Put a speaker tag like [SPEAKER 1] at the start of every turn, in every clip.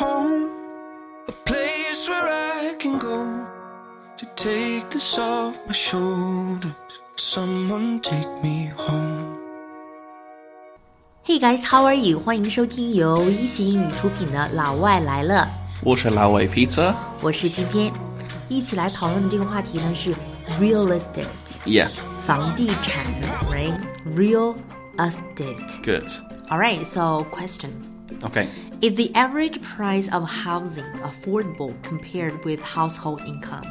[SPEAKER 1] home, a place where I can go to take this off my shoulders. Someone take me home.
[SPEAKER 2] Hey guys, how are you？欢迎收听由一席英语出品的《老外来了
[SPEAKER 3] 我是老外 pizza。》，
[SPEAKER 2] 我是偏偏。一起来讨论的这个话题呢是 real estate，
[SPEAKER 3] Yeah,
[SPEAKER 2] 房地产，right？Real estate。
[SPEAKER 3] good.
[SPEAKER 2] All right, so question:
[SPEAKER 3] Okay.
[SPEAKER 2] Is the average price of housing affordable compared with household income？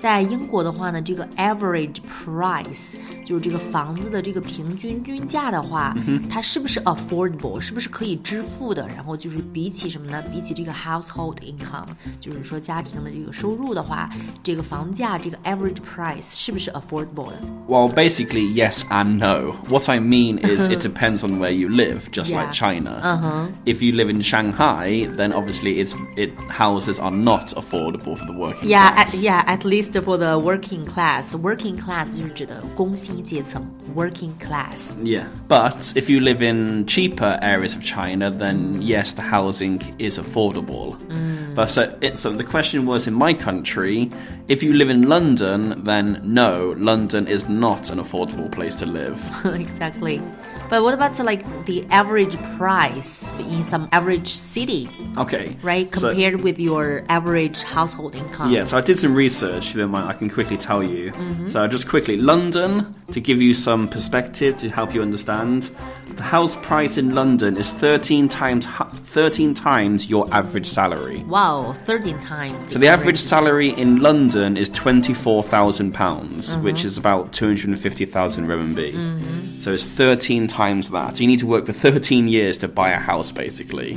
[SPEAKER 2] 在英国的话呢，这个 average price 就是这个房子的这个平均均价的话，它是不是 affordable，是不是可以支付的？然后就是比起什么呢？比起这个 household income，就是说家庭的这个收入的话，这个房价这个 average price 是不是 affordable 的？
[SPEAKER 3] Well, basically, yes and no. What I mean is, it depends on where you live. Just
[SPEAKER 2] Yeah. Uh-huh.
[SPEAKER 3] like China. If you live in Shanghai, then obviously it's it houses are not affordable for the working
[SPEAKER 2] Yeah, at,
[SPEAKER 3] class.
[SPEAKER 2] yeah, at least for the working class. Working class 就是指的工薪阶层，working class。
[SPEAKER 3] Yeah. But if you live in cheaper areas of China, then yes, the housing is affordable.
[SPEAKER 2] Mm.
[SPEAKER 3] But so, it, so the question was in my country, if you live in London, then no, London is not an affordable place to live.
[SPEAKER 2] exactly. But what about like the average price in some average city,
[SPEAKER 3] Okay.
[SPEAKER 2] right?
[SPEAKER 3] so-
[SPEAKER 2] Compared with your average household income.
[SPEAKER 3] Yeah, so I did some research, then I I can quickly tell you. So, just quickly, London, to give you some perspective to help you understand, the house price in London is 13 times, hu- 13 times your average salary.
[SPEAKER 2] Wow, 13 times.
[SPEAKER 3] So, the average salary in London is £24,000, pounds which is about 250,000 RMB. So, it's 13 times that. So, you need to work for 13 years to buy a house, basically.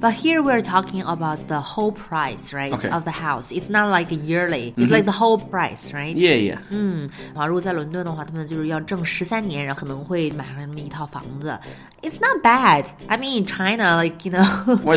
[SPEAKER 2] But here we're talking about the whole price, right?
[SPEAKER 3] Okay. Mm-hmm.
[SPEAKER 2] Of the house. It's not like yearly. It's like the whole price, right?
[SPEAKER 3] Yeah, yeah.
[SPEAKER 2] 啊，如果在伦敦的话，他们就是要挣十三年，然后可能会买上那么一套房子。It's not bad. I mean, in China, like you know,
[SPEAKER 3] Well,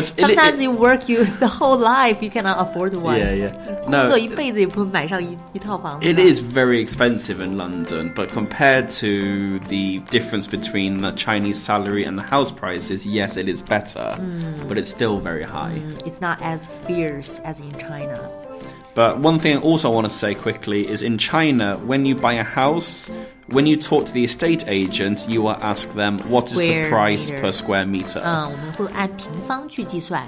[SPEAKER 3] it's- it-
[SPEAKER 2] sometimes
[SPEAKER 3] it-
[SPEAKER 2] you work you the whole life, you cannot afford one.
[SPEAKER 3] Yeah, yeah.
[SPEAKER 2] 工
[SPEAKER 3] No,
[SPEAKER 2] 作一辈子也不会买上一一套房子。
[SPEAKER 3] 呃 It is very expensive in London, but compared to the difference between the Chinese salary and the house prices, yes, it is better,
[SPEAKER 2] Hmm.
[SPEAKER 3] but it's still very high.
[SPEAKER 2] It's not as fierce as in China.
[SPEAKER 3] But one thing I also want to say quickly is in China, when you buy a house, when you talk to the estate agent, you will ask them what is
[SPEAKER 2] Square
[SPEAKER 3] the price
[SPEAKER 2] meter. Oh.
[SPEAKER 3] per square meter.
[SPEAKER 2] 嗯，我们会按平方去计算。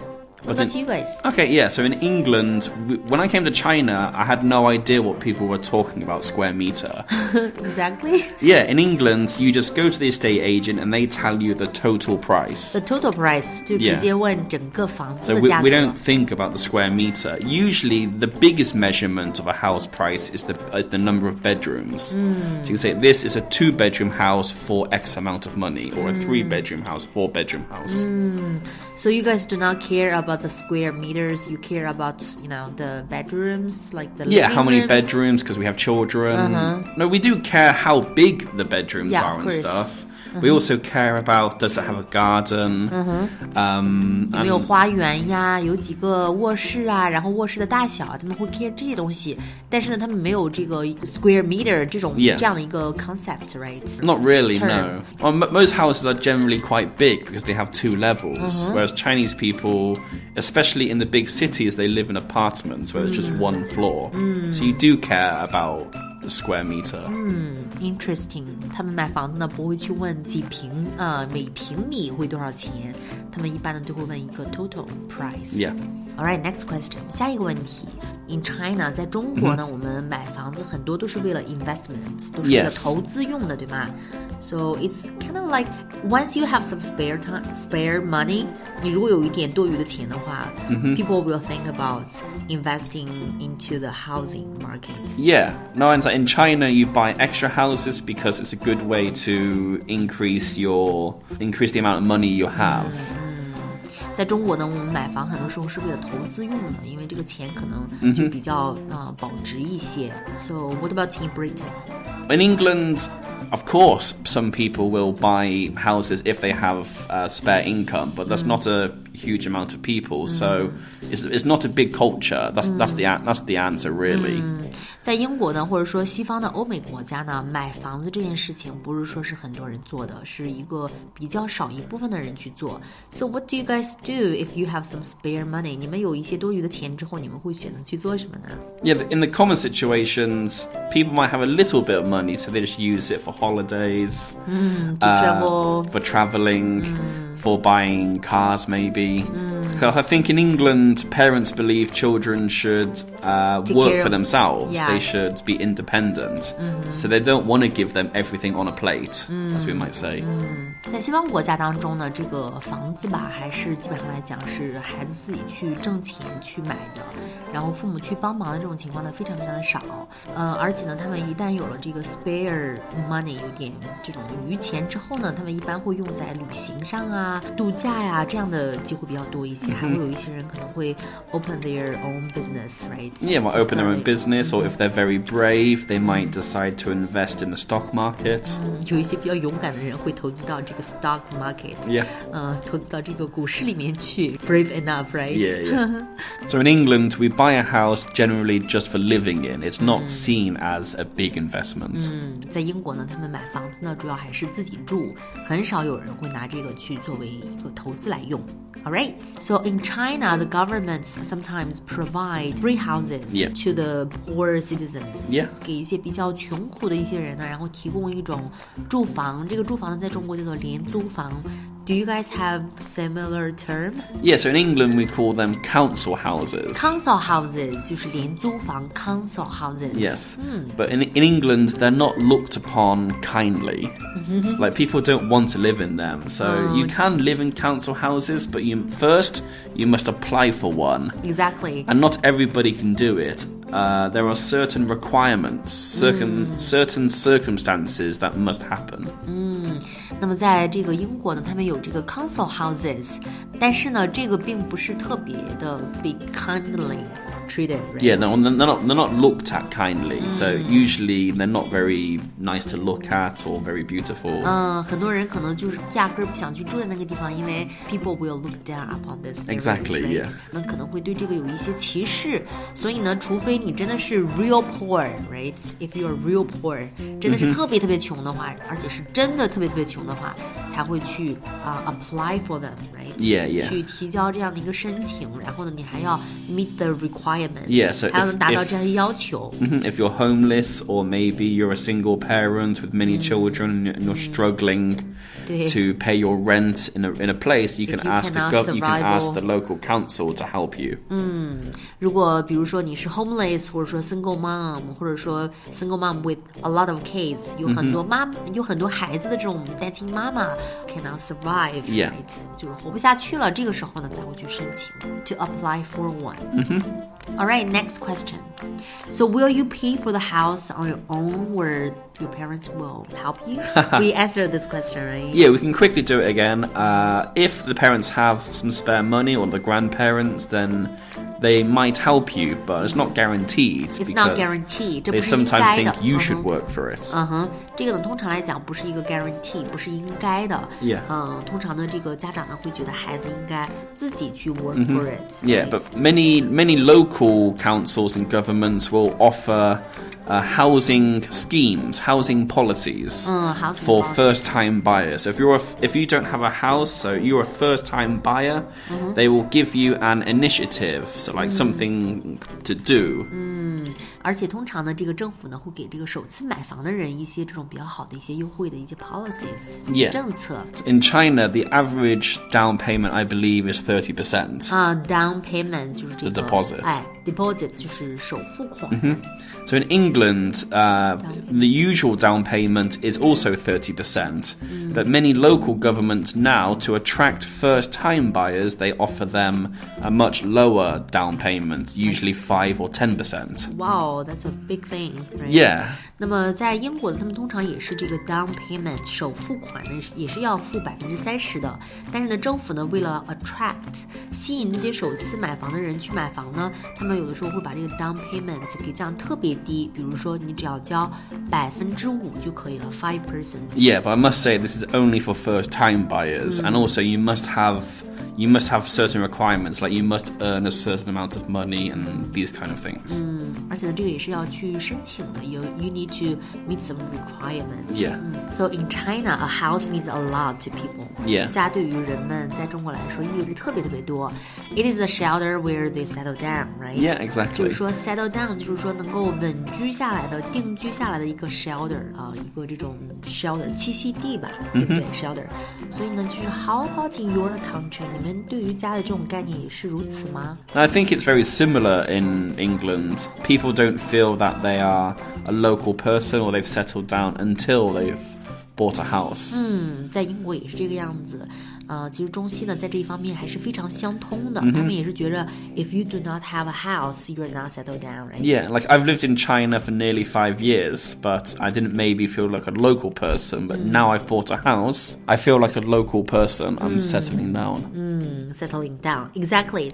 [SPEAKER 2] What
[SPEAKER 3] But
[SPEAKER 2] about
[SPEAKER 3] in-
[SPEAKER 2] you guys?
[SPEAKER 3] Okay, yeah, so in England, w- when I came to China, I had no idea what people were talking about square meter.
[SPEAKER 2] Exactly.
[SPEAKER 3] Yeah, in England, you just go to the estate agent and they tell you the total price.
[SPEAKER 2] The total price 就直
[SPEAKER 3] Yeah.
[SPEAKER 2] 接问整个房子
[SPEAKER 3] So
[SPEAKER 2] 的
[SPEAKER 3] we,
[SPEAKER 2] 价
[SPEAKER 3] we
[SPEAKER 2] 格。
[SPEAKER 3] don't think about the square meter. Usually, the biggest measurement of a house price is the is the number of bedrooms.
[SPEAKER 2] Hmm.
[SPEAKER 3] So you can say this is a two bedroom house for X amount of money, or
[SPEAKER 2] Hmm.
[SPEAKER 3] a three bedroom house, four bedroom house.
[SPEAKER 2] So you guys do not care about the square meters. You care about you know the bedrooms, like the
[SPEAKER 3] Yeah, how
[SPEAKER 2] living rooms.
[SPEAKER 3] many bedrooms? Because we have children. No, we do care how big the bedrooms
[SPEAKER 2] Uh-huh. Yeah,
[SPEAKER 3] are
[SPEAKER 2] of
[SPEAKER 3] and
[SPEAKER 2] course. Uh-huh.
[SPEAKER 3] stuff. We also care about does it have a garden? Um,
[SPEAKER 2] 有没有花园呀？有几个卧室啊？然后卧室的大小，啊他们会 care 这些东西。但是呢，他们没有这个 square meter 这种
[SPEAKER 3] Yeah.
[SPEAKER 2] 这样的一个 concept，right？
[SPEAKER 3] Not really,
[SPEAKER 2] term.
[SPEAKER 3] no. Well, m- most houses are generally quite big because they have two levels. Whereas Chinese people, especially in the big cities, they live in apartments where there's just one floor. So you do care about the square meter.
[SPEAKER 2] Interesting，他们买房子呢不会去问几平啊、呃每平米会多少钱，他们一般呢就会问一个 total price。
[SPEAKER 3] Yeah.
[SPEAKER 2] All right, next question，下一个问题。In China，在中国呢我们买房子很多都是为了 investments，都是为了
[SPEAKER 3] Mm-hmm。 Yes.
[SPEAKER 2] 投资用的对吧？So it's kind of like once you have some spare time, spare money，你如果有一点多余的钱的话、p
[SPEAKER 3] Mm-hmm。
[SPEAKER 2] e o p l e will think about investing into the housing market。
[SPEAKER 3] Yeah. No, and so in China, you buy extra houses because it's a good way to increase your increase the amount of money you have.
[SPEAKER 2] 在中国呢，我们买房很多时候是为了投资用的，因为这个钱可能就比较啊、呃保值一些。So what about in Britain？
[SPEAKER 3] In England, of course, some people will buy houses if they have uh, spare income, but that's not a huge amount of people. So it's, it's not a big culture. That's that's the an- that's the answer really.
[SPEAKER 2] 在英国呢，或者说西方的欧美国家呢，买房子这件事情不是说是很多人做的，是一个比较少一部分的人去做。So what do you guys do if you have some spare money？你们有一些多余的钱之后，你们会选择去做什么呢？
[SPEAKER 3] Yeah, in the common situations, people might have a little bit of money, so they just use it for holidays,
[SPEAKER 2] To travel，
[SPEAKER 3] for traveling,
[SPEAKER 2] Mm.
[SPEAKER 3] for buying cars, maybe. 'Cause I think in England, parents believe children should uh, work
[SPEAKER 2] care
[SPEAKER 3] for
[SPEAKER 2] of-
[SPEAKER 3] themselves.
[SPEAKER 2] yeah. Mm-hmm.
[SPEAKER 3] They should be independent, so they don't want to give them everything on a plate, as we might say.
[SPEAKER 2] Mm. 在西方国家当中呢，这个房子吧，还是基本上来讲是孩子自己去挣钱去买的，然后父母去帮忙的这种情况呢，非常非常的少。呃，而且呢，他们一旦有了这个 spare money，有点这种余钱之后呢，他们一般会用在旅行上啊、度假呀、这样的机会比较多一些。还会有一些人可能会 open their own business，right？
[SPEAKER 3] Yeah, might
[SPEAKER 2] Just
[SPEAKER 3] open their own
[SPEAKER 2] starting.
[SPEAKER 3] business, or if they're very brave, they might decide to invest in the stock market.
[SPEAKER 2] 有一些比较勇敢的人会投资到这个 stock market，
[SPEAKER 3] Yeah.
[SPEAKER 2] 呃，投资到这个股市里面去，brave enough，right？
[SPEAKER 3] Yeah, yeah. so in England, we buy a house generally just for living in. It's
[SPEAKER 2] Mm.
[SPEAKER 3] not seen as a big investment.
[SPEAKER 2] 在英国呢，他们买房子呢，主要还是自己住，很少有人会拿这个去作为一个投资来用。All right. So in China, the government sometimes provide free houses
[SPEAKER 3] Yeah.
[SPEAKER 2] to the poor citizens.
[SPEAKER 3] Yeah.
[SPEAKER 2] 给一些比较穷苦的一些人呢，啊然后提供一种住房。这个住房呢，在中国叫做廉租房。Do you guys have similar term?
[SPEAKER 3] Yeah, so in England, we call them council houses.
[SPEAKER 2] Council houses 就是廉租房，council houses。
[SPEAKER 3] Yes, but in, in England, they're not looked upon kindly. like people don't want to live in them. So you can live in council houses, but you first you must apply for one.
[SPEAKER 2] Exactly.
[SPEAKER 3] and not everybody can do it. Uh, there are certain requirements, certain certain circumstances that must happen.
[SPEAKER 2] 那么在这个英国呢，他们有这个 council houses，但是呢，这个并不是特别的 be kindly treated、
[SPEAKER 3] Yeah, no, they're not they're not looked at kindly. So usually they're not very nice to look at or very beautiful.
[SPEAKER 2] 嗯，很多人可能就是压根儿不想去住在那个地方，因为 people will look down upon this area,
[SPEAKER 3] Exactly,
[SPEAKER 2] right?
[SPEAKER 3] yeah.
[SPEAKER 2] 那可能会对这个有一些歧视。所以呢，除非你真的是 real poor，right？If you are real poor，真的是
[SPEAKER 3] Mm-hmm.
[SPEAKER 2] 特别特别穷的话，而且是真的特别特别穷的话，才会去啊、apply for them，right？
[SPEAKER 3] Yeah, yeah.
[SPEAKER 2] 去提交这样的一个申请，然后呢，你还要 meet the requirements，、
[SPEAKER 3] Yeah, so
[SPEAKER 2] 还要
[SPEAKER 3] if-
[SPEAKER 2] 能达到
[SPEAKER 3] if-
[SPEAKER 2] 这样的要求。
[SPEAKER 3] Mhm, If you're homeless or maybe you're a single parent with many children and you're struggling
[SPEAKER 2] Mm. Yeah.
[SPEAKER 3] to pay your rent in a, in a place, you can
[SPEAKER 2] you
[SPEAKER 3] ask the
[SPEAKER 2] cannot
[SPEAKER 3] gov- you can ask
[SPEAKER 2] survival- Mm.
[SPEAKER 3] the local council to help you.
[SPEAKER 2] 如果比如说你是 homeless，或者说 single mom，或者说 single mom with a lot of kids，有很多妈、有很多孩子的这种单亲妈妈，cannot survive，right？、
[SPEAKER 3] Yeah.
[SPEAKER 2] 就是活不下去了，这个时候呢才会去申请 to apply for one。All right, next question. So, will you pay for the house on your own, or your parents will help you? we answered this question, right?
[SPEAKER 3] Yeah, we can quickly do it again. Uh, if the parents have some spare money or the grandparents, then they might help you, but it's not guaranteed.
[SPEAKER 2] It's
[SPEAKER 3] because
[SPEAKER 2] not guaranteed，这
[SPEAKER 3] They
[SPEAKER 2] 不是应
[SPEAKER 3] sometimes
[SPEAKER 2] 该的。Uh-huh。
[SPEAKER 3] think you
[SPEAKER 2] 嗯哼
[SPEAKER 3] should work for it.
[SPEAKER 2] 嗯哼，这个呢，通常来讲不是一个 guarantee，不是应该的。
[SPEAKER 3] Yeah.
[SPEAKER 2] 嗯，通常呢，这个家长呢会觉得孩子应该自己去 work for it、
[SPEAKER 3] 嗯 Yeah, but many many local councils and governments will offer uh, housing schemes, housing policies
[SPEAKER 2] Ah, housing
[SPEAKER 3] for
[SPEAKER 2] policy.
[SPEAKER 3] first-time buyers. So if you're a f if you don't have a house, so you're a first-time buyer, they will give you an initiative, so like something to do.
[SPEAKER 2] 而且通常呢，这个政府呢会给这个首次买房的人一些这种比较好的一些优惠的一些 policies 一些
[SPEAKER 3] Yeah.
[SPEAKER 2] 政策
[SPEAKER 3] In China, the average down payment, I believe, is thirty percent.
[SPEAKER 2] 啊、d o w n payment 就是这个
[SPEAKER 3] The deposit 嗯
[SPEAKER 2] 哎，deposit 就是首付款。
[SPEAKER 3] So in England, uh, the usual down payment is also 30%. But many local governments now, to attract first time buyers, they offer them a much lower down payment, usually 5 or 10%.
[SPEAKER 2] Wow, that's a big thing. Right?
[SPEAKER 3] Yeah.
[SPEAKER 2] 那么在英国呢，他们通常也是这个 down payment 首付款呢，也是要付百分之三十的。但是呢，政府呢为了 attract 吸引这些首次买房的人去买房呢，他们有的时候会把这个 down payment 给降特别低，比如说你只要交百分之五就可以了，five percent。
[SPEAKER 3] Yeah, but I must say this is only for first time buyers. And also, you must have. you must have certain requirements, like you must earn a certain amount of money and these kind of things.
[SPEAKER 2] 而且呢，这个也是要去申请的。You you need to meet some requirements.
[SPEAKER 3] Yeah.
[SPEAKER 2] 嗯 So in China, a house means a lot to people.
[SPEAKER 3] Yeah.
[SPEAKER 2] 家对于人们在中国来说意味着特别特别多。It is a shelter where they settle down, right?
[SPEAKER 3] Yeah, exactly.
[SPEAKER 2] 就是说 settle down 就是说能够稳居下来的、定居下来的一个 shelter 啊，一个这种 shelter 栖息地吧，对
[SPEAKER 3] 嗯
[SPEAKER 2] 不对？shelter。所以呢，就是 How about in your country？你们对于家的这种概念也是如此吗？
[SPEAKER 3] And I think it's very similar in England. People don't feel that they are a local person or they've settled down until they've bought a house.
[SPEAKER 2] 在英国也是这个样子。呃，其实中西呢在这一方面还是非常相通
[SPEAKER 3] 嗯
[SPEAKER 2] 的。他们也是觉着，if you do not have a house, you're not settled down, right?
[SPEAKER 3] Yeah, like I've lived in China for nearly five years, but I didn't maybe feel like a local person. But now I've bought a house, I feel like a local person. I'm settling down.
[SPEAKER 2] settling down. Exactly.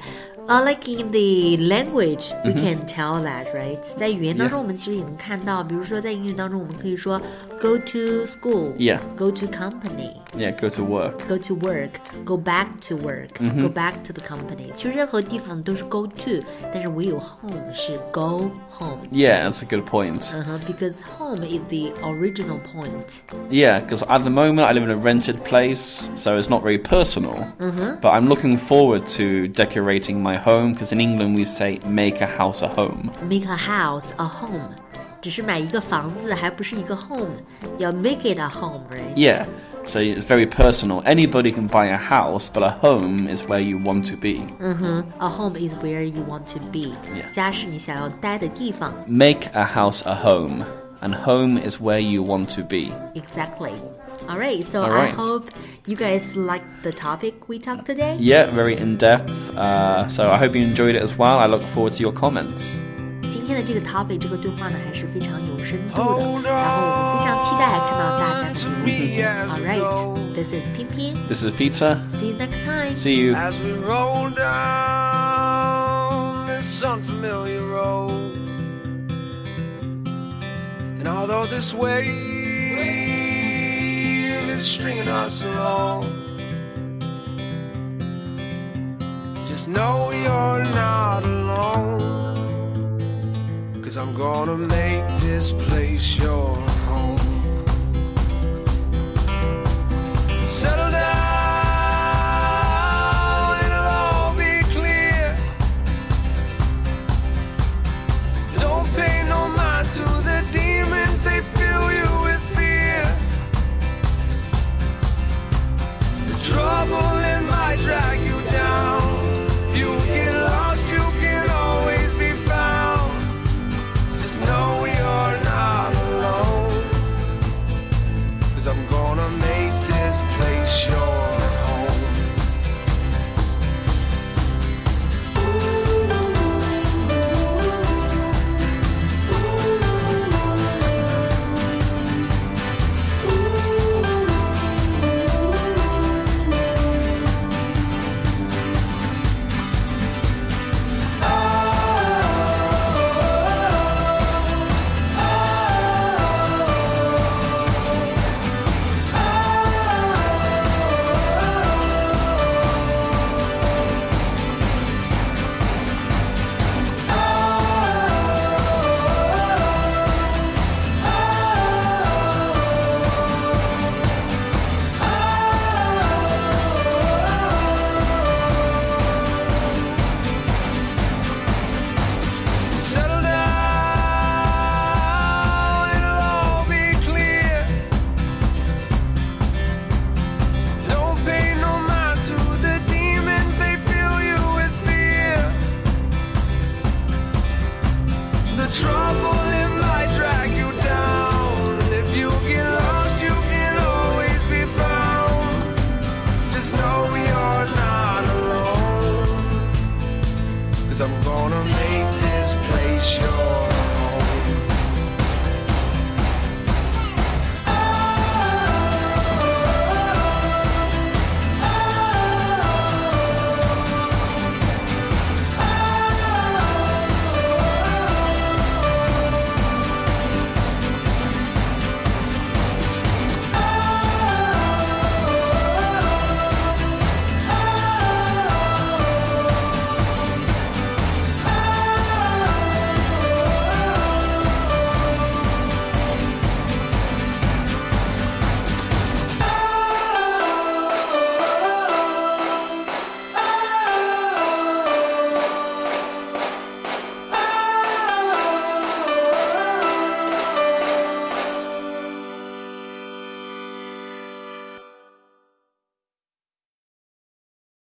[SPEAKER 2] Uh, like in the language, we
[SPEAKER 3] Mm-hmm.
[SPEAKER 2] can tell that, right? 在语言当中，我们其实也能看到，比如说在英语当中，我们可以说 go to school,
[SPEAKER 3] Yeah.
[SPEAKER 2] go to company,
[SPEAKER 3] Yeah, go to work.
[SPEAKER 2] go to work, go back to work,
[SPEAKER 3] Mm-hmm.
[SPEAKER 2] go back to the company。去任何地方都是 go to，但是唯有 home 是 go home。
[SPEAKER 3] Yeah, that's a good point.
[SPEAKER 2] Uh-huh, because home is the original point.
[SPEAKER 3] Yeah, because at the moment I live in a rented place, so it's not very personal. Mm-hmm. But I'm looking forward to decorating my home because in England we say make a house a home.
[SPEAKER 2] Make a house a home. 只是买一个房子，还不是一个 home，要 make it a home, right?
[SPEAKER 3] Yeah, so it's very personal. Anybody can buy a house, but a home is where you want to be.
[SPEAKER 2] Uh-huh. A home is where you want to be.
[SPEAKER 3] Yeah.
[SPEAKER 2] 家是你想要待的地方。
[SPEAKER 3] Make a house a home, and home is where you want to be.
[SPEAKER 2] Exactly. All right. So
[SPEAKER 3] All
[SPEAKER 2] I
[SPEAKER 3] right.
[SPEAKER 2] hope you guys like the topic we talked today.
[SPEAKER 3] Yeah, very in depth. Uh, so I hope you enjoyed it as well. I look forward to your comments.
[SPEAKER 2] 今天的这个 topic 这个对话呢还是非常有深度的，
[SPEAKER 1] Hold
[SPEAKER 2] 然后我们非常期待看到大家
[SPEAKER 1] on
[SPEAKER 2] 的
[SPEAKER 1] to
[SPEAKER 2] 留言。
[SPEAKER 1] me as
[SPEAKER 2] All
[SPEAKER 1] we
[SPEAKER 2] right.
[SPEAKER 1] go,
[SPEAKER 2] This is Pin Pin.
[SPEAKER 3] This is Peter.
[SPEAKER 2] See you next time.
[SPEAKER 3] See you.
[SPEAKER 1] as we roll down this unfamiliar road. And although this wave is stringing us along, just know you're not alone. Cause I'm gonna make this place your home. Settle down, it'll all be clear. Don't pay no mind to the demons, they fill you with fear. The trouble it might drag you down. You get lost, you can always be found. Just know you're not alone. Cause I'm gonna make this place your home. Settle down, it'll all be clear. Don't pay no mind to the demons, they fill you with fear. The trouble it might drag you down. And if you get lost, you can always be found. Just know you're not alone. Cause I'm gonna make this place yours. Oh, oh,